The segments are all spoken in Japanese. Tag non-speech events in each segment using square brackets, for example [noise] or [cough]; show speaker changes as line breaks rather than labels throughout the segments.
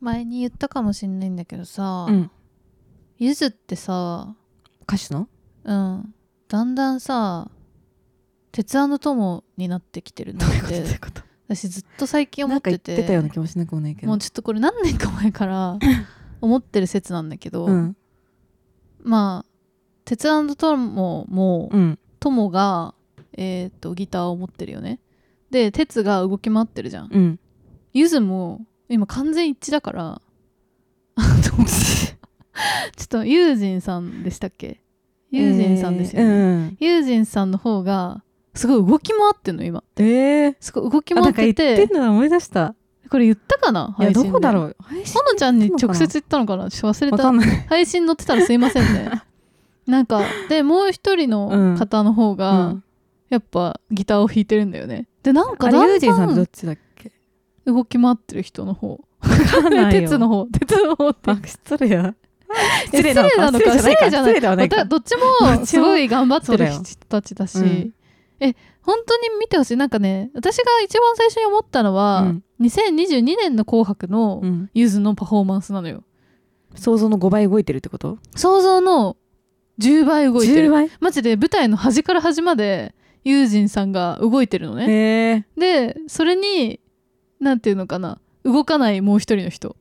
前に言ったかもしんないんだけどさ、
うん
ゆずってさ
歌手の
うんだんだんさ鉄腕友になってきてるなって
こと
私ずっと最近思
なん
っ
か言
て
っててたような気もしなくもないけど
もうちょっとこれ何年か前から
[laughs]
思ってる説なんだけど、
うん
まあ鉄腕友も
うん
友が、えーっとギターを持ってるよねで鉄が動き回ってるじゃん
うん
ゆずも今完全一致だからあのちょっとユージンさんでしたっけユージンさんですよね、
えーうん
ユージンさんの方がすごい動き回ってんの今
えー
すごい動き回
あな
っ
んか
て
言って
て
んのだ思い出した
これ言ったかない
やどこだ
う
ろう配信
ほのちゃんに直接言ったのかなちょっと忘れ
わか
た
んない
配信載ってたらすいません
[laughs]
ねなんかでもう一人の方の方
う
が、
ん
やっぱギターを弾いてるんだよねでなんか
あ
だ
れユ
ん
ージンさ
だ
んってどっ
ん
ちだっけ
動き回ってる人の方
わかんないよ
鉄の方鉄の方って
あ失礼や
[laughs] 失礼なのか失礼じゃない
失礼ではない
ま
か
たどっち
どっち
も
も
すごい頑張って
そうだ
る
よ
人たちだし
うん
え本当に見てほしいなんかね私が一番最初に思ったのは、
うん
2022年の「紅白」の
うん
ゆずのパフォーマンスなのよ
想像の5倍動いてるってこと
想像の10倍動いて
10
る
倍
マジで舞台の端から端までユージンさんが動いてるのね
へえ
でそれになんていうのかな動かないもう一人の
[laughs]
人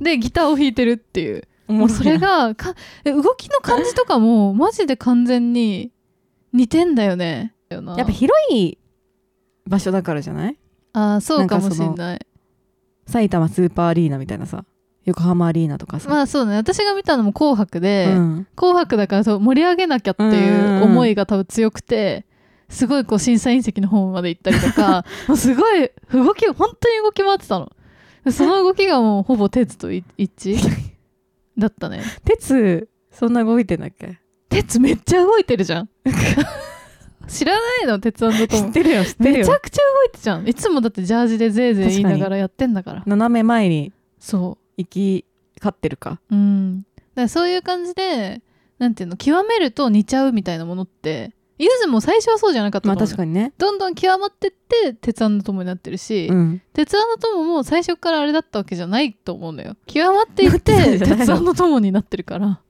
でギターを弾いてるっていうもうそれがかえ動きの感じとかもマジで完全に似てんだよねやっ
やっぱ広い場所だからじゃない
あーそうかもし
なんんか
ない
埼玉スーパーアリーナみたいなさ横浜アリーナとかさ、
まあそうね私が見たのも「紅白で」
うん
紅白」だからそう盛り上げなきゃっていう思いが多分強くてすごいこう審査員席の方まで行ったりとか [laughs] もうすごい動き本当に動き回ってたのその動きがもうほぼ鉄とい一致だった [laughs] ね
鉄そんな動いてんだっけ
鉄めっちゃ動いてるじゃん [laughs] 知らないの鉄腕と
知
も
ってるよ知ってる
めちゃ
よ
くちゃ動いてじゃんいつもだってジャージでぜいぜい言いながらやってんだから
斜め前に
そ
行き勝ってるか
ううんだからそういう感じでなんていうの極めると似ちゃうみたいなものってゆずも最初はそうじゃなかったと
まあ
思う
確かにね
どんどん極まってって鉄腕の友になってるし、
うん
鉄腕の友も最初からあれだったわけじゃないと思うんだよ極まっていって
[laughs] じゃないの
鉄腕の友になってるから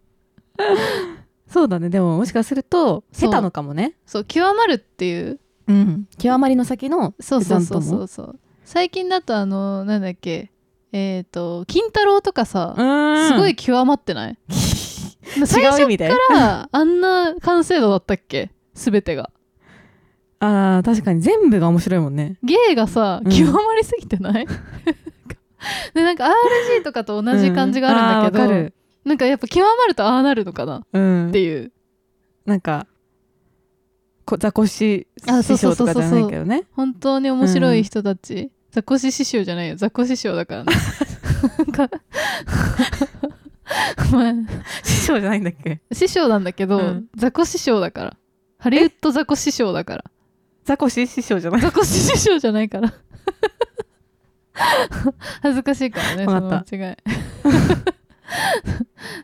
そうだねでももしかすると
そう
下手のかもね
そう極まるっていう
うん極まりの先の
そうそうそう
鉄腕
そ
と
うそう最近だとあのなんだっけえっ、と金太郎とかさ、
うん
すごい極まってない [laughs] 最
違う意
初
味で
からあんな完成度だったっけ全てが
あー確かに全部が面白いもんね
芸がさ
うん
極まりすぎてない、 [laughs] でなんか RG とかと同じ感じがあるんだけ
う
ど、
あーわかる
なんかやっぱ極まるとああなるのかな
うん
っていう
なんかこザコシ
あそう
師
そう
匠
そ
と
うそう
かじゃないけどね
本当に面白い人たち、ザコシ師匠じゃないよザコ師匠だからねなんか [laughs] まあ
師匠じゃないんだっけ
師匠なんだけど、
うん
ザコ師匠だからハリウッドザコ師匠だから
ザコシ師匠じゃない
ザコシ師匠じゃないから恥ずかしいからねそ
わ
の
かった
間違い [laughs]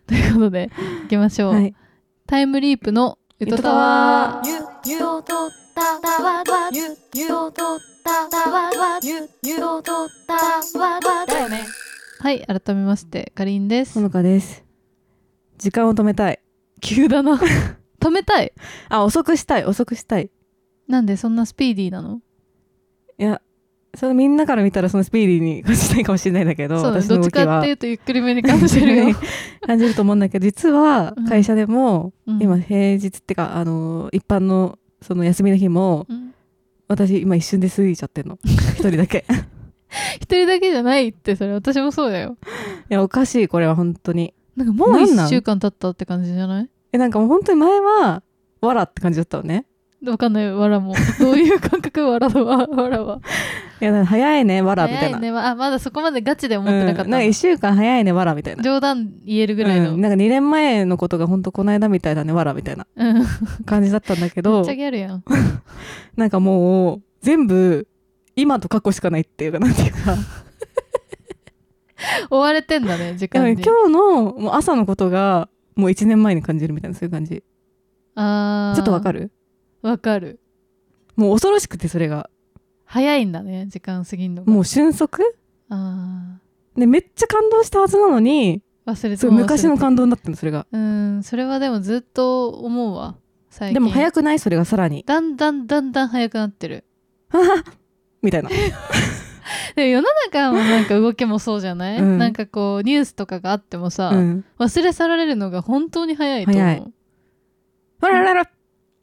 ということでいきましょう、
はい
タイムリープの「ゆとたわ
ゆ
ゆとたわわゆゆとたわわゆゆとたわわだよね」
はい改めましてかりんです
ほのかです時間を止めたい
急だな止めたい
[laughs] あ遅くしたい遅くしたい
なんでそんなスピーディーなの
いやそれみんなから見たらそのスピーディーに感じないかもしれないんだけど
そうね
私
ど
の
っ
動
ち
きは
かっていうとゆっくりめに感じる
[laughs]
よ、
感じると思うんだけど実は
うん
会社でも、
うん
今平日ってかあの一般のその休みの日も
うん
私今一瞬で過ぎちゃ
[laughs]
ってんの一人だけ
一人だけじゃないってそれ私もそうだよ
いやおかしいこれは本当に
なんかもう
なんな
1
ん
週間経ったって感じじゃない
えなんかもう本当に前はわらって感じだったのね
わかんないわらもどういう感覚わらはわらはい
や早いねわらみたい
早
な
ねわあまだそこまでガチで思ってなかった
うん
だ、
なんか1週間早いねわらみたいな
冗談言えるぐらいの、う
うんんなんか2年前のことが本当この間みたいだねわらみたいな
めっ
感じだったんだけど
ちゃギャルやん
なんかもう全部今と過去しかないっていうかなんていうか
追われてんだね時
な
間
んか
に
今日のもう朝のことがもう1年前に感じるみたいなそういう感じ
あ
ちょっとわか
る
る
わかる
もう恐ろしくてそれが
早いんだね時間過ぎんのが
もう瞬足
あ
でめっちゃ感動したはずなのに
忘れて
すごい昔の
感
感動だったのそれが
うんそれはでもずっと思うわ最近
でも早くないそれがさらに
だんだんだんだん早くなってる
みたいな
で世の中のなんか動きもそうじゃない、
うん
なんかこうニュースとかがあってもさ、
うん
忘れ去られるのが本当に早いと思う
早いあらららら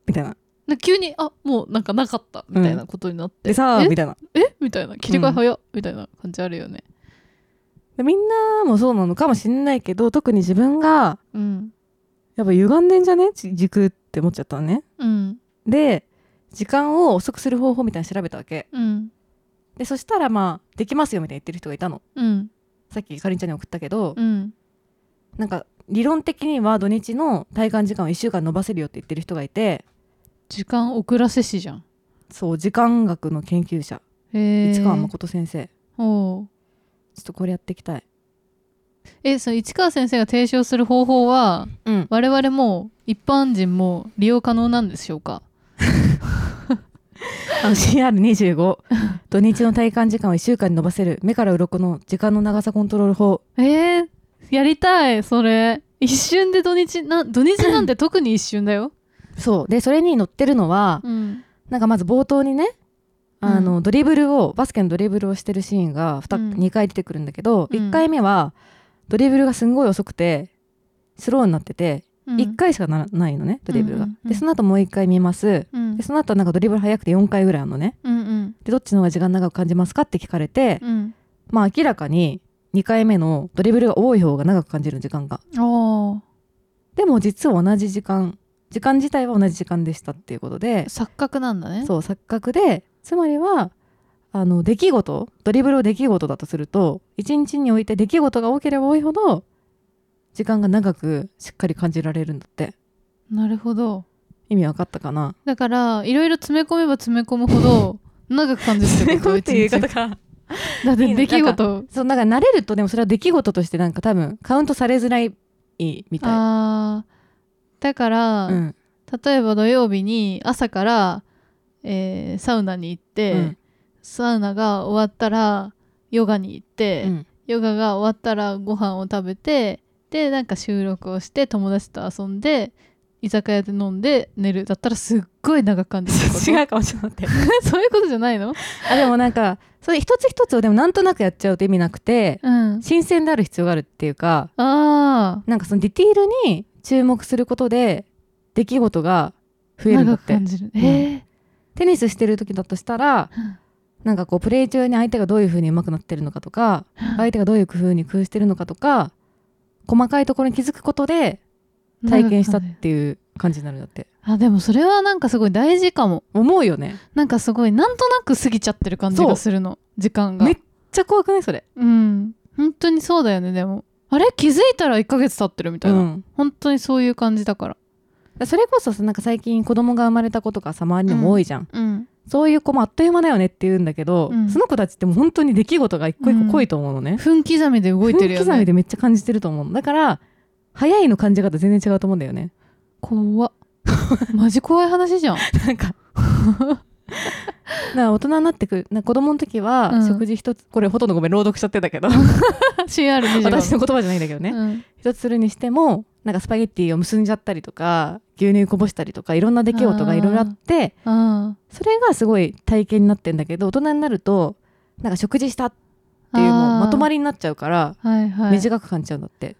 みたいな
で急にあもうなんかなかったみたいなことになって、
でさあ
え
みたいな
えみたいな切り替え早っ、みたいな感じあるよね
でみんなもそうなのかもしれないけど特に自分が
うん
やっぱ歪んでんじゃねじ軸って思っちゃったのね
うん
で時間を遅くする方法みたいなの調べたわけ
うん
でそしたらまあできますよみたいな言ってる人がいたの
うん
さっきかりんちゃんに送ったけど、
うん
なんか理論的には土日の体感時間を1週間延ばせるよって言ってる人がいて
時間遅らせしじゃん
そう時間学の研究者
えー、
市川誠先生ち
おう
ょっとこれやっていきたい
えその市川先生が提唱する方法は
うん
我々も一般人も利用可能なんでしょうか
CR25 土日の体感時間を1週間に延ばせる目から鱗の時間の長さコントロール法
えー、やりたいそれ一瞬で土日な土日なん [coughs] て特に一瞬だよ、
そうでそれに載ってるのは
うん、
なんかまず冒頭にねあの、
う
ドリブルをバスケのドリブルをしてるシーンが 2,、
うん
二回出てくるんだけど、
うん
1回目はドリブルがすんごい遅くてスローになってて
うん
1回しかなないのねドリブルが、
うんうんうん
でその後もう1回見ます
うん
でその後なんかドリブル速くて4回ぐらいあるのね
うんうん
でどっちの方が時間長く感じますかって聞かれて、
うん
まあ明らかに2回目のドリブルが多い方が長く感じる時間が
あ
でも実は同じ時間時間自体は同じ時間でしたっていうことで
あ錯覚なんだね
そう錯覚でつまりはあの出来事ドリブルを出来事だとすると一日において出来事が多ければ多いほど時間が長くしっかり感じられるんだって
なるほど
意味わかったかな
だからいろいろ詰め込めば詰め込むほど長く感じるってこと一日
が
だって
いいね
出来事
[laughs] そうなんか慣れるとでもそれは出来事としてなんか多分カウントされづらいみたい
あーだから、
うん
例えば土曜日に朝から、えーサウナに行って、
うん
サウナが終わったらヨガに行って、
うん
ヨガが終わったらご飯を食べてでなんか収録をして友達と遊んで居酒屋で飲んで寝るだったらすっごい長く感じる
[laughs]
こと
うかもしれない
[laughs] そういうことじゃないの
あでもなんかそれ一つ一つをでもなんとなくやっちゃうと意味なくて
うん
新鮮である必要があるっていうか
ああ
なんかそのディティールに注目することで出来事が増えるんだ
長
っ
く
て
感じる
ん
え
テニスしてる時だとしたらなんかこうプレー中に相手がどういう風に上手くなってるのかとか相手がどういう工夫に工夫してるのかとか細かいところに気づくことで
ー
体験したっ
長く感じる
ていう感じになるんだって
あでもそれはなんかすごい大事かも
思うよね
なんかすごいなんとなく過ぎちゃってる感じ
そう
がするの時間が
めっめっちゃ怖くないそれ、
うん本当にそうだよねでもあれ気づいたら1ヶ月経ってるみたいな、
うん
本当にそういう感じだから
それこそさなんか最近子供が生まれた子とかさ周りにも多いじゃん、
うん
そういう子もあっという間だよねって言うんだけど、
うん
その子たちってもう本当に出来事が一個一個濃いと思うのね、
分刻みで動いてるよ
分刻み
ね
でめっちゃ感じてると思うのだから早いの感じ方全然違うと思うんだ
[laughs]
よね
怖
[laughs]
っマジ怖い話じゃん
なんか [laughs] なんか大人になってくるなんか子供の時は
うん
食事一つ、これほとんどごめん朗読しちゃってたけど
CR25
[laughs] 私の言葉じゃないんだけどね、
うん
一つするにしてもなんかスパゲッティを結んじゃったりとか牛乳こぼしたりとかいろんな出来事がいろいろあって
あ
それがすごい体験になってんだけど大人になるとなんか食事したっていうもうまとま
り
りになっちゃうから
はいはい
短く感じちゃうんだって、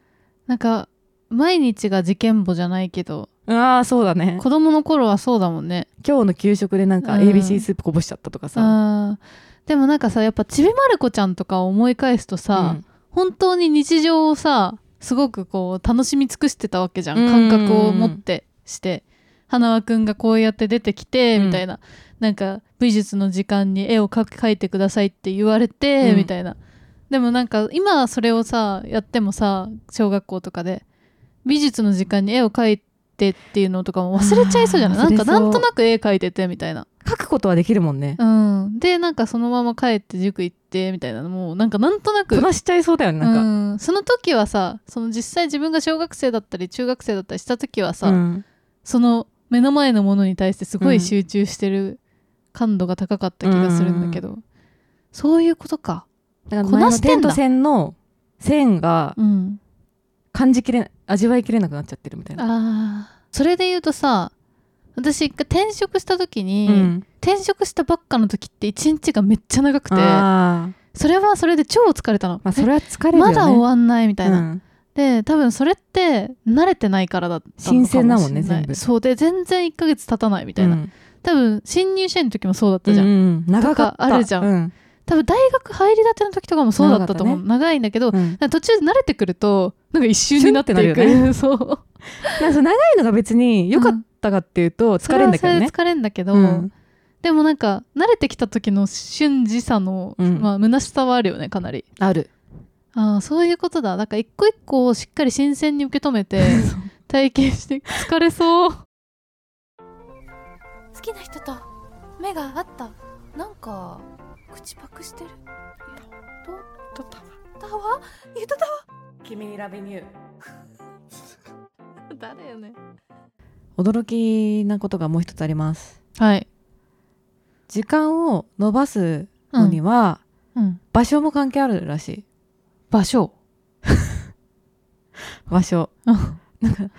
なんか毎日が事件簿じゃないけど
ああそうだね
子供の頃はそうだもんね
今日の給食でなんか
うん
ABC スープこぼしちゃったとかさ、
あーでもなんかさやっぱちびまる子ちゃんとかを思い返すとさ、
うん
本当に日常をさすごくこう楽しみ尽くしてたわけじゃん
うんうんうん
感覚を持ってして花輪くんがこうやって出てきて、
うん
みたいななんか美術の時間に絵を描く描いてくださいって言われて、
うん
みたいなでもなんか今それをさやってもさ小学校とかで美術の時間に絵を描いてっていうのとかも忘れちゃいそうじゃない
あ
な
ー
ん
忘
か
れそ
な
うん
となく絵描いててみたいな
書くことはできるもんね、
うん、でなんかそのまま帰って塾行ってみたいなのもなんかなんとなく
こなしちゃいそうだよねなんか、
うん、その時はさその実際自分が小学生だったり中学生だったりした時はさ、
うん
その目の前のものに対してすご
う
い
ん
集中してる感度が高かった気がするんだけど、そういうことか
だから
こなしてんだ
前の点と線の線が
うん、
感じきれ味わいきれなくなっちゃってるみたいな。
あーそれで言うとさ私一回転職した時に、
うん
転職したばっかの時って一日がめっちゃ長くて
あー
それはそれで超疲れたの、
まあそれは疲れる
え
よね。
まだ終わんないみたいな、
うん
で多分それって慣れてないからだったのかもしれない
新鮮だもんね全部
そうで全然1ヶ月経たないみたいな、
うん
多分新入社員の時もそうだったじゃん、
うんうん長かった
とかあるじゃん
うん
多分大学入りたての時とかもそうだったと思う長,、いんだけど、
うん
途中で慣れてくるとなんか一瞬になっていく
シュンってな
[laughs]
る
そう
なんかその長いのが別に良かったかっていうと疲れんだけ
そ
ど
れは。それ
ね
で疲れんだけど、
うん
でもなんか慣れてきた時の瞬時さの、
うん
まあ虚しさはあるよねかなり
ある。
ああそういうことだだから一個一個をしっかり新鮮に受け止めて体験して疲れそう
好きな人と目が合ったなんか口パクしてるととたわたわゆとたわ
君にラビニュー。
誰よね
驚きなことがもう一つあります。
はい、
時間を伸ばす
う
の
ん
には
うん
場所も関係あるらしい。
場所
[laughs] 場所。なんか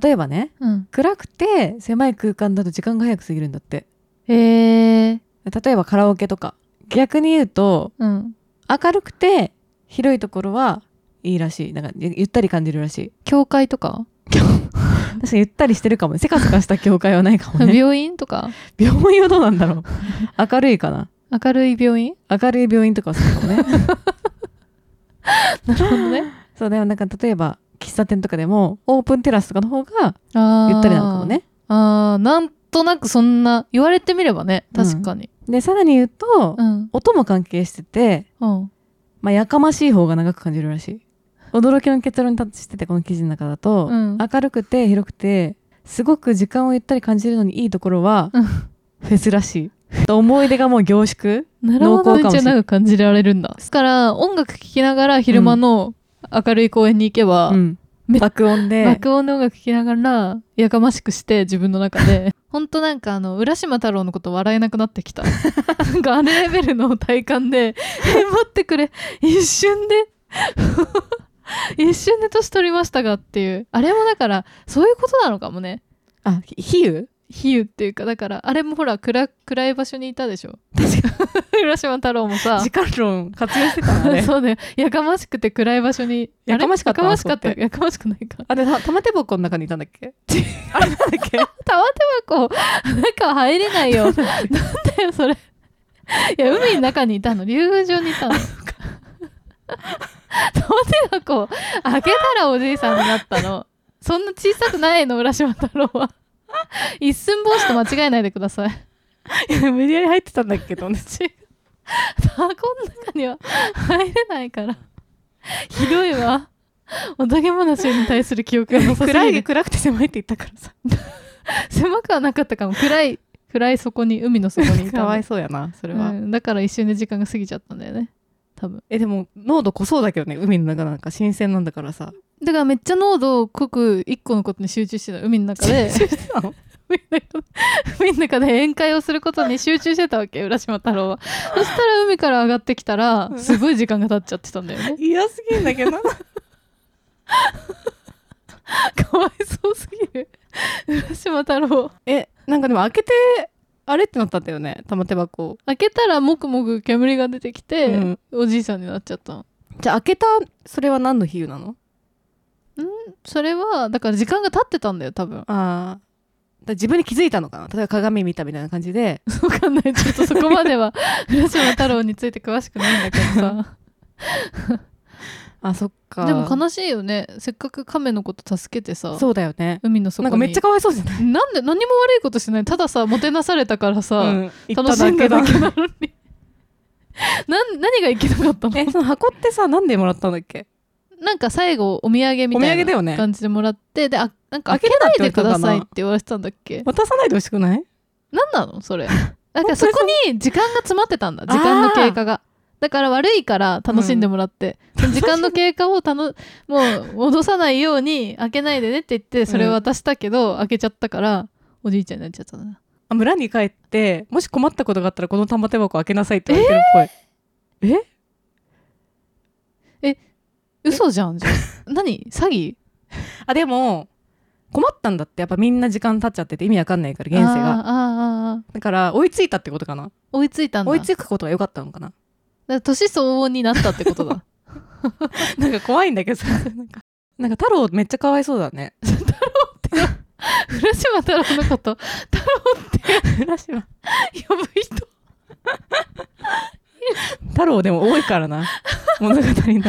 例えばね
うん
暗くて狭い空間だと時間が早く過ぎるんだって。
えー、
例えばカラオケとか逆に言うと
うん
明るくて広いところはいいらしいなんかゆゆったり感じるらしい
教会とか、
確かにゆったりしてるかもせかせかした境界はないか
[laughs]
もね
病院とか
病院はどうなんだろう明るいかな
明るい病院
明るい病院とかはそうかも
[laughs]
ね
なるほどね
そうでもなんか例えば喫茶店とかでもオープンテラスとかの方が
[laughs] あー
ゆったりなのかもね
あーなんとなくそんな言われてみればね確かに
でさらに言うと、
うん
音も関係してて、
うん
まあ、やかましい方が長く感じるらしい驚きの結論に達しててこの記事の中だと、
うん
明るくて広くてすごく時間をゆったり感じるのにいいところは、
うん
フェスらしい思い出がもう凝縮
なるほ
濃
ど
厚かもしれない
長く感じられるんだですから音楽聴きながら昼間の明るい公園に行けば、
うん
め
爆音で
爆音の音楽聴きながらやかましくして自分の中で
[laughs]
ほんとなんかあの浦島太郎のこと笑えなくなってきたなんかあれレベルの体感で「え待ってくれ一瞬で [laughs] 一瞬で年取りましたが」っていうあれもだからそういうことなのかもね
あひ比喩
比喩っていうかだからあれもほら暗暗い場所にいたでしょ確かに [laughs] 浦島太郎もさ
時間論活用してたの
[laughs]
ね
そうねやかましくて暗い場所に
やかましかった
あれ
な
やかましかった
そこって
やかましくないか
あでた玉手箱の中にいたんだっけあれなんだっけ
玉手箱中は入れ [laughs] ない
[laughs]
よなんだよそれいや海の中にいたの竜宮城にいたの玉手箱開けたらおじいさんになったのそんな小さくないの浦島太郎は一寸法師と間違えないでください
無理やり入ってたんだっけどね
違う箱の中には入れないからひどいわおたけ話に対する記憶がなさす
暗
ぎ
い
る
暗くて狭いって言ったからさ
狭くはなかったかも暗い暗い底に海の底にいた
[laughs] か
の
わいそうやなそれは、
うんだから一瞬で時間が過ぎちゃったんだよね多分
えでも濃度濃そうだけどね海の中なんか新鮮なんだからさ
だからめっちゃ濃度を濃く一個のことに集中してた海の中 [laughs]
[laughs]
で海の中で宴会をすることに集中してたわけ浦島太郎 [laughs] はそしたら海から上がってきたらすごい時間が経っちゃってたんだよね
嫌すぎんだけどな
[laughs] かわいそうすぎる浦島太郎
[laughs] えなんかでも開けてあれってなったんだよね玉手箱
開けたらもくもく煙が出てきて、
うん
おじいさんになっちゃったの
じゃあ開けたそれは何の比喩なの
それはだから時間が経ってたんだよ多分
ああ自分に気づいたのかな例えば鏡見たみたいな感じ [laughs] で
わかんないちょっとそこまでは [laughs] 浦島太郎について詳しくないんだけどさ
あそっか
でも悲しいよねせっかく亀のこと助けてさ
そうだよね
海の底に
なんかめっちゃかわいそうじゃない、
なんで何も悪いことしてないたださもてなされたからさ、
うん、
楽しんだだ
行った
けなのに [laughs] なん何がいけなかったの
[laughs] えその箱ってさなんでもらったんだっけ
なんか最後お土産みた
お土産だよ
いな
ね
感じでもらって、であなんか開け
開け
な
ないい
で
で
くだ
くだ
さ
さ
い
い
っ
ってて
言われてたんだっけ
渡さないでほしくない
何なの [laughs] それだからそこに時間が詰まってたんだ時間の経過がだから悪いから楽しんでもらって、その時間の経過をた [laughs] のもう戻さないように開けないでねって言ってそれを渡したけど、開けちゃったからおじいちゃんになっちゃったな
あ村に帰ってもし困ったことがあったらこの玉手箱開けなさいって言われてるっぽいえ
嘘じゃんじゃ [laughs] あ何詐欺
あでも困ったんだってやっぱみんな時間経っちゃってて意味わかんないから現世
あー
が
あーあー
だから追いついたってことかな
追いついたんだ
追いつくことが良かったのかな
だから年相応になったってことだ
なんか怖いんだけどさなんかなんか太郎めっちゃかわいそうだね
[laughs] 浦島太郎のこと太郎って
浦島
呼ぶ人
太郎でも多いからな物語の中で
く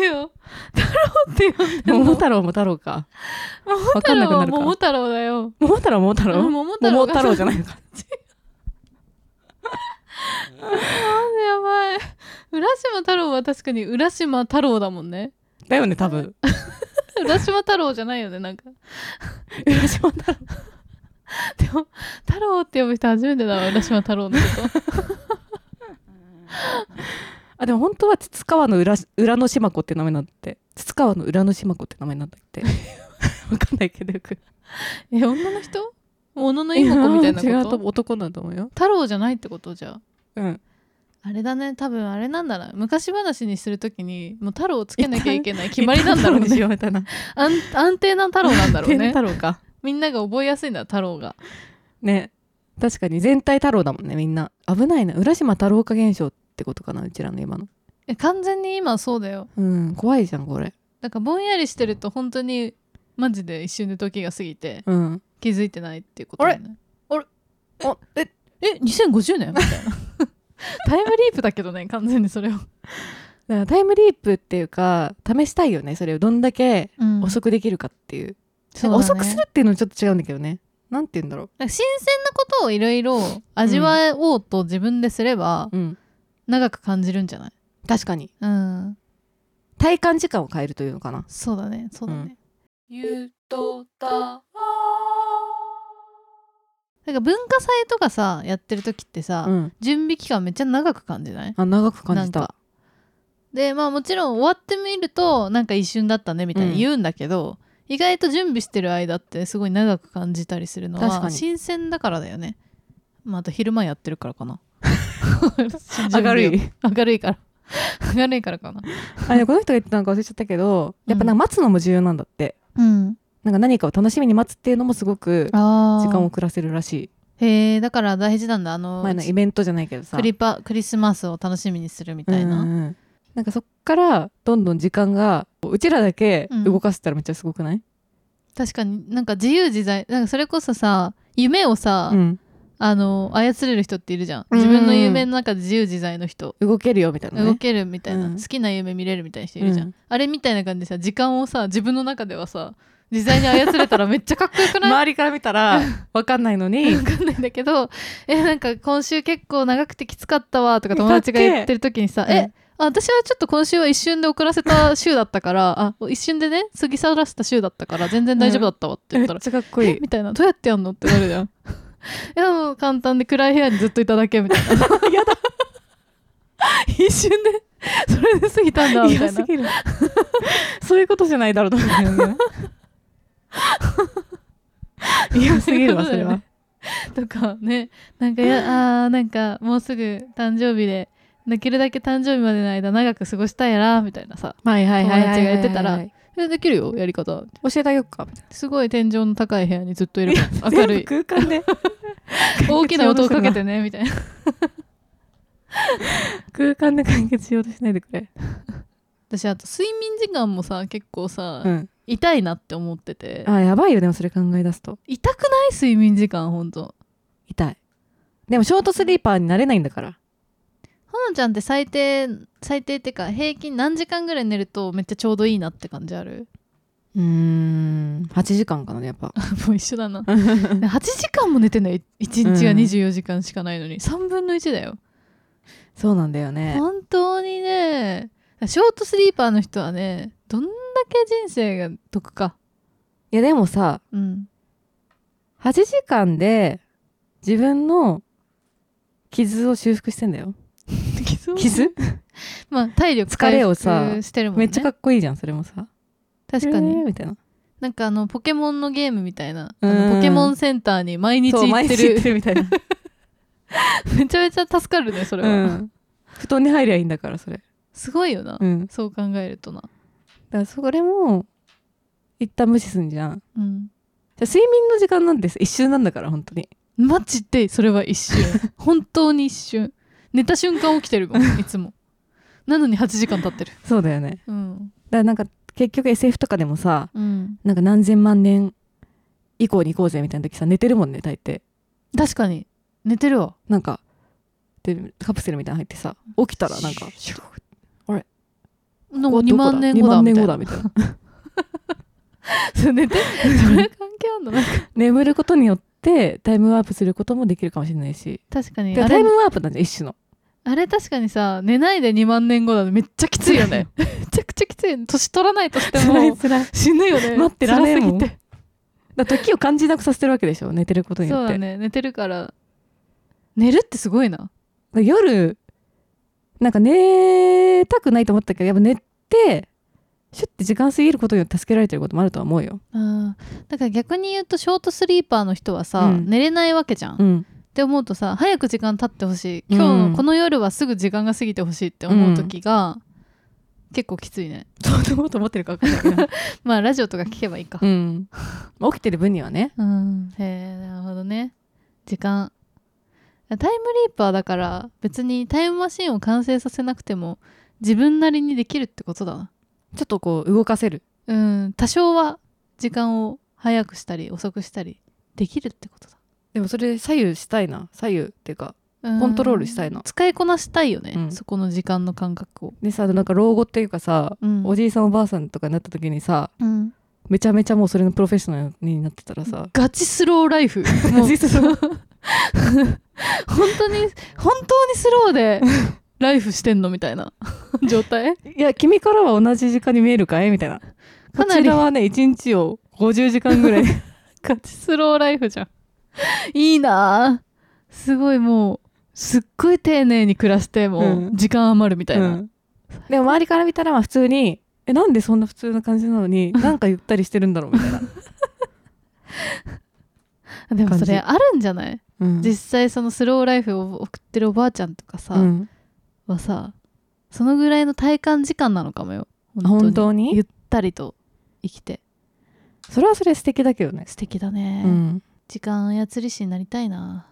れよ太郎って呼んでんの
桃太郎も太郎か
桃
わ
太
かんなく
郎
な
は
るか
桃太郎だよ
桃太郎桃太郎
桃太
桃
郎が
太郎じゃないのか
やばい浦島太郎は確かに浦島太郎だもんね
だよね
[laughs]
多分
浦島太郎じゃないよねなんか
浦島太郎
でも太郎って呼ぶ人初めてだわ浦島太郎のこと
あでも本当は筒川の裏裏の島子って名前なんだって筒川の裏の島子って名前なんだって
[laughs]
わかんないけどよく
え女の人もののいい子みたい
や違
な
う
こと
思う男なんだと思うよ
太郎じゃないってことじゃあ
うん
あれだね多分あれなんだな昔話にするときにもう太郎をつけなきゃいけない決まりなんだろう
一旦太郎にし
ね
ようみたいな
安安定な太郎なんだろう
天
ね
太郎か
みんなが覚えやすいんだ太郎が
ね確かに全体太郎だもんねみんな危ないな浦島太郎化現象ってことかなうちらの今の
え完全に今そうだよ
うん怖いじゃんこれ
だからぼんやりしてると本当にマジで一瞬で時が過ぎて
うん
気づいてないっていうことだよね
おえ
え2050年みたいな [laughs] タイムリープだけどね完全にそれを、
だからタイムリープっていうか試したいよねそれをどんだけ遅
く
くできるかっていう,、
そうだね
遅くするっていうのもちょっと違うんだけどねなんて言うんだろ
なんか新鮮なことをいろいろ味わおうと自分ですれば
ううん
長く感じるんじゃない
確かに
うん
体感時間を変えるというのかな
そうだねそうだね、
ゆとた
なんか文化祭とかさやってる時ってさ、
うん
準備期間めっちゃ長く感じない
あ長く感じ
なん
た
かでまあもちろん終わってみるとなんか一瞬だったねみたいに言うんだけど、意外と準備してる間ってすごい長く感じたりするの
確か
は
に
新鮮だからだよねまああと昼間やってるからかな
[laughs] 明るい
[laughs] 明るいから明るいからかな
あれこの人が言ってたのか忘れちゃったけどやっぱなんか待つのも重要なんだって、
うん
なんか何かを楽しみに待つっていうのもすごく
あ
時
時
間を遅らせるらしい
へえだから大事なんだあの
前のイベントじゃないけどさ
クリパクリスマスを楽しみにするみたいな、
うんうんうんなんかそっからどんどん時間がうちらだけ動かせたらめっちゃすごくない、
確かになんか自由自在なんかそれこそさ夢をさ、
うん
あの操れる人っているじゃん
うん
自分の夢の中で自由自在の人、
動けるよみたいな、ね、
動けるみたいな、
うん
好きな夢見れるみたいな人いるじゃん、
うん
あれみたいな感じでさ時間をさ自分の中ではさ自在に操れたらめっちゃかっこよくない
周りから見たら
[laughs]
わかんないのに
分かんないんだけど [laughs] えなんか今週結構長くてきつかったわとか友達が言ってる時にさ「
え
えあ私はちょっと今週は一瞬で遅らせた週だったからあ一瞬でね過ぎ去らせた週だったから全然大丈夫だったわ」って
[laughs]
言
めっ
ったら
ちゃかっこいい
みたいなどうやってやんのってなるじゃん [laughs] いやもう簡単で暗い部屋にずっといただけみたい [laughs] な
やだ
一瞬でそれで過ぎたんだみた
嫌
い
す
な
ぎる [laughs] そういうことじゃないだろうと思う
[laughs]
んだよね嫌すぎるわそれは、
とかねなんかやあーなんかもうすぐ誕生日でできるだけ誕生日までの間長く過ごしたいなみたいなさ
はいはい
はいはいはいはい
教
えできるよやり方
えてあげようかみたい
すごい天井の高い部屋にずっといるから
な
明るい
全部空間で
[laughs] 大きな音をかけてねみたいな
空間で完結しようとしないでくれ、
私あと睡眠時間もさ結構さ、
うん、
痛いなって思ってて
あやばいよでもそれ考え出すと
痛くない睡眠時間ほんと
痛いでもショートスリーパーになれないんだから
ほのちゃんって最低最低ってか平均何時間ぐらい寝るとめっちゃちょうどいいなって感じある [laughs]
うーん8時間かなやっぱ
もう一緒だな
[laughs]
8時間も寝てない1日が
うん
24時間しかないのに、3分の1だよ
そうなんだよね
本当にねショートスリーパーの人はねどんだけ人生が得か
いやでもさ
うん
8時間で自分の傷を修復してんだよ
傷
傷
[laughs] まあ体力
疲れをさ
回復してるもん
め
ね
っちゃかっこいいじゃんそれもさ
確かに
えーみたいな
なんかあのポケモンのゲームみたいな、
うん
あのポケモンセンターに毎日
そう
行っ
毎
て
日行
る [laughs]
ってるみたい [laughs] な、
めちゃめちゃ助かるねそれは、
うん、布団に入りゃいいんだからそれ
すごいよな、
うん
そう考えるとな
からそれも一旦無視すんじゃん
うん、
じゃあ睡眠の時間なんです一瞬なんだから本当に
マジでそれは一 [laughs] 瞬本当に一瞬寝た瞬間起きてるもんいつもなのに8時間経ってる
そうだよね
うん
だからなんか結局 SF とかでもさ
うん
なんか何千万年以降に行こうぜみたいな時さ寝てるもんね大抵
確かに寝てるわ
なんかでカプセルみたいなの入ってさ起きたらなんか
シュッ
あれ
なんか2万年後
2
だ
万
み
年
たいな
後だみたい [laughs] な
そう寝てそれ関係あんのなんか
眠ることによってタイムワープすることもできるかもしれないし
確か
で
にあ
タイ
れ
ムワープなんじゃん一種の
あれ確かにさ寝ないで2万年後だねめっちゃきついよ
[laughs]
ねめちゃくちゃきついよね年取らないとして
辛い
も
辛い
死ぬよね
待ってられ
辛
んも
す
ん
ぎて
だから時を感じなくさせてるわけでしょ寝てることに
そ
よ
う
って
だね寝てるから寝るってすごいな
で夜なんか寝たくないと思ったけどやっぱ寝てシュッて時間過ぎることによって助けられてることもあるとは思うよ、
あーだから逆に言うとショートスリーパーの人はさ、
うん
寝れないわけじゃん、
う
っ
ん、
て思うとさ早く時間経ってほしい
うん
今日のこの夜はすぐ時間が過ぎてほしいって思う時が、結構きついね
そう思うと思ってるか分かんないけど
まあラジオとか聞けばいいか
うんまあ起きてる分にはね
うんへえなるほどね時間タイムリーパーだから別にタイムマシンを完成させなくても自分なりにできるってことだな
ちょっとこう動かせる
うん多少は時間を早くしたり遅くしたりできるってことだ
でもそれ左右したいな左右っていうか
うん
コントロールしたいな
使いこなしたいよね、
うん
そこの時間の感覚を、
でさなんか老後っていうかさ、
うん
おじいさんおばあさんとかになった時にさ
うん
めちゃめちゃもうそれのプロフェッショナルになってたらさ、
ガチスローライ
[laughs]
フもう
実
本当に本当にスロー
[laughs]
でライフしてんのみたいな状態
いや君からは同じ時間に見えるかいみたいな
か
こ
な
ち
り
らはね1日を50時間ぐらい
ガチスローライフじゃんいいなあすごいもうすっごい丁寧に暮らしてもう
うん
時間余るみたいな、
うん [laughs] でも周りから見たらまあ普通にえなんでそんな普通な感じなのになんかゆったりしてるんだろうみたいな、
でもそれ
感
あるんじゃない
[laughs] うん
実際そのスローライフを送ってるおばあちゃんとかさ、
うん
はさそのぐらいの体感時間なのかもよ
本
ゆ
当に
ったりと生きて
それはそれ素敵だけどね、
素敵だね、
うん、
時間操り師になりたいな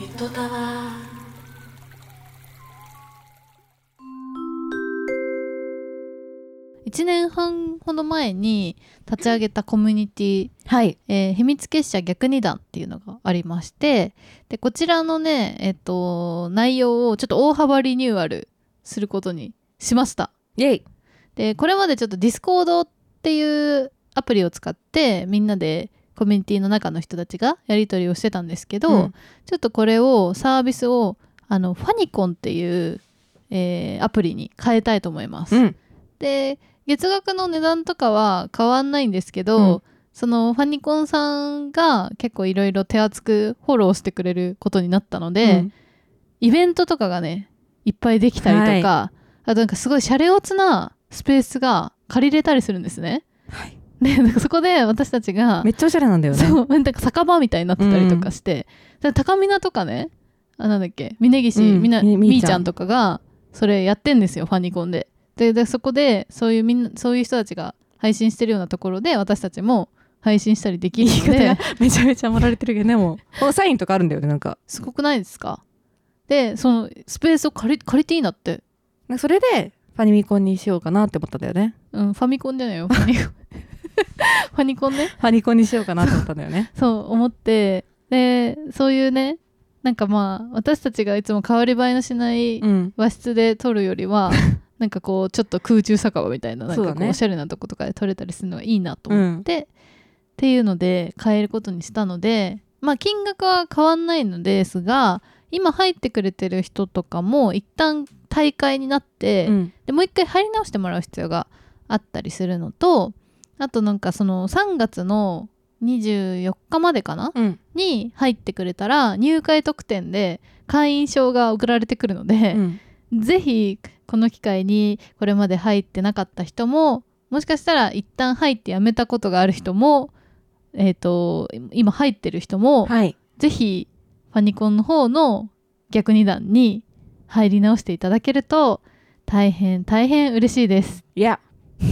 ゆとたわ
1年半ほど前に立ち上げたコミュニティ、
はい
えー秘密結社逆二段っていうのがありましてでこちらのねえっ、と内容をちょっと大幅リニューアルすることにしました
イェイ
でこれまでちょっとディスコードっていうアプリを使ってみんなでコミュニティの中の人たちがやり取りをしてたんですけど、
うん
ちょっとこれをサービスをあのファニコンっていう、えーアプリに変えたいと思います。
うん
で月額の値段とかは変わんないんですけど、
うん
そのファニコンさんが結構いろいろ手厚くフォローしてくれることになったので、
うん
イベントとかがねいっぱいできたりとか、あとなんかすごいシャレオツなスペースが借りれたりするんですね。
はい
でなんかそこで私たちが、
めっちゃおしゃれなんだよね
そう [laughs] なんか酒場みたいになってたりとかして、だから高みなとかねあなんだっけ峯岸、
うん
みな
み
み
み
ー
ーちゃん
ちゃんとかがそれやってんですよファニコンで。ででそこでそういうみんなそういう人たちが配信してるようなところで私たちも配信したりできる
言い
の
方
で
がめちゃめちゃ盛られてるけどねもうこのサインとかあるんだよねなんか
[laughs] すごくないですかでそのスペースを借り借りていいなって
なんかそれでファニミコンにしようかなって思ったんだよね
うん、ファミコンじゃないよ、ファニコン。フ [laughs] ァニコンね。
ファニコンにしようかなって思ったんだよね
そう思って、で、そういうね、なんかまあ、私たちがいつも変わり映えのしない
[laughs] うん
和室で撮るより
[laughs]
は、なんかこう、ちょっと空中酒場みたいな、なん
そ
か
う
こ
だ
う、
ね
おしゃれなとことかで撮れたりするのがいいなと思って、っていうので、変えることにしたので、まあ、金額は変わんないのですが、今入ってくれてる人とかも、一旦大会になって、
うん
でもう一回入り直してもらう必要があったりするのとあとなんかその3月の24日までかな
うん
に入ってくれたら入会特典で会員証が送られてくるの
う
で、
ん
ぜひこの機会にこれまで入ってなかった人ももしかしたら一旦入ってやめたことがある人もえっ、と今入ってる人も、
はい。
ぜひファニコンの方の逆二段に入り直していただけると大変大変嬉しいです。
いや。い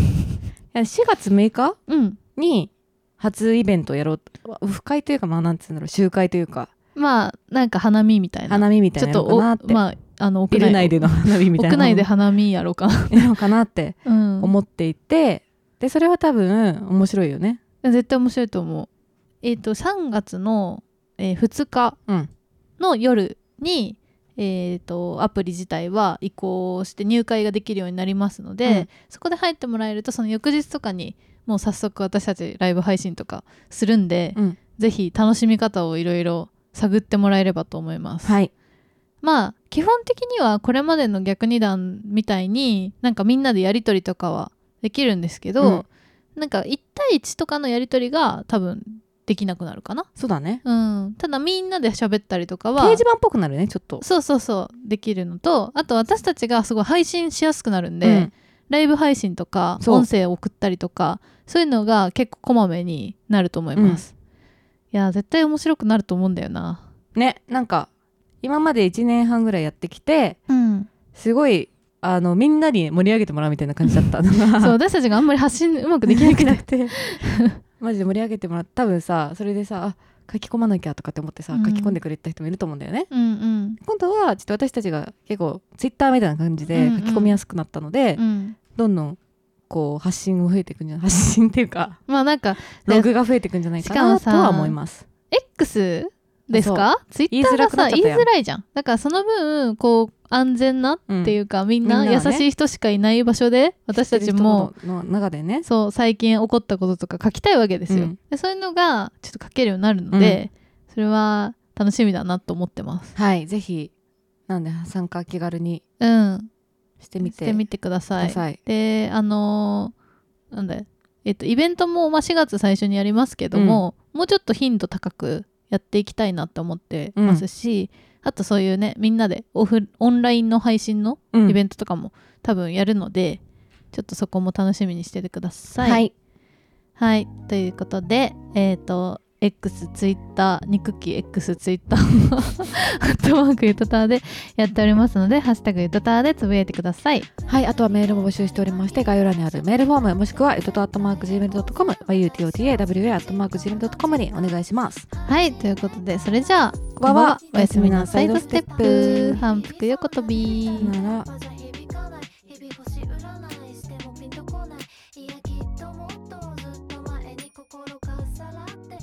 や4月6日
うん。
に初イベントをやろうオフ会というかまあなんつうんだろう集会というか
まあなんか花見みたいな。
花見みた
ち
い
ょ
な
っと
のかなって、
おまああの屋
ビル
内
内での花見みたいな
屋内で花見やろうかな。
なのかなって
うん。
思っていて [laughs] でそれは多分面白いよね
絶対面白いと思う。えっ、と3月の、えー2日
うん
の夜に、えー、とアプリ自体は移行して入会ができるようになりますので、
うん
そこで入ってもらえるとその翌日とかにもう早速私たちライブ配信とかするんで、
うん
ぜひ楽しみ方をいろいろ探ってもらえればと思います。
はい
まあ基本的にはこれまでの逆二段みたいになんかみんなでやり取りとかはできるんですけど、なんか1対1とかのやり取りが多分できなくなるかな。
そうだね
うん、ただみんなで喋ったりとか
掲
は
示板っぽくなるねちょっと
そうそうそうできるのとあと私たちがすごい配信しやすくなるんで、
うん
ライブ配信とか
そう
音声を送ったりとかそういうのが結構こまめになると思います、いや絶対面白くなると思うんだよな
ねなんか今まで1年半ぐらいやってきて
うん
すごいあのみんなに盛り上げてもらうみたいな感じだった [laughs] の
[laughs]
が
そう私たちがあんまり発信うまくできなくなって
て [laughs] マジで盛り上げてもらって多分さそれでさあ書き込まなきゃとかって思ってさ
うん
書き込んでくれた人もいると思うんだよ
[laughs]
ね、
うんうん
今度はちょっと私たちが結構ツイッターみたいな感じで
うんう
書
ん
き込みやすくなったので、
うん
どんどんこう発信も増えていくんじゃない発信っていうか
まあなんか
ログが増えていくんじゃないかな
しか
と
もさ
は思います。
X ですかツイッターがさ
言いづらくなっちゃ
言
っ
い
たやん
づらいじゃんだからその分こう安全なっていうか、みんな
みんな
優
はね
しい人しかいない場所で私たちも
知ってる人の中でね
そう最近起こったこととか書きたいわけですよ、
うん
でそういうのがちょっと書けるようになるので、それは楽しみだなと思ってます
はいぜひなんで参加気軽に
うん
してみ
しててみてくだ
く
さい
ださい。
であのーなんだよえっとイベントも、まあ、4月最初にやりますけども、もうちょっと頻度高くやっていきたいなって思ってますし、あとそういうねみんなでオフオンラインの配信の
うん
イベントとかも多分やるので、ちょっとそこも楽しみにしててください。
はい
はい、ということで、えっ、と、X、Twitter、肉き X、Twitter、ア [laughs] ットマークゆとたわでやっておりますので、ハッシュタグゆとたわでつぶやいてください。
はい、あとはメールも募集しておりまして、概要欄にあるメールフォーム、もしくは、ゆととアットマーク Gmail.com、yutotawa アットマーク Gmail.com にお願いします。
はい、ということで、それじゃあ、
こんばんは
おやすみなサイドステップ、反復横跳び。
さよなら。
じゃ響かない日々星占いしてもピンとこないいやきっともっとずっと前に心かっさらって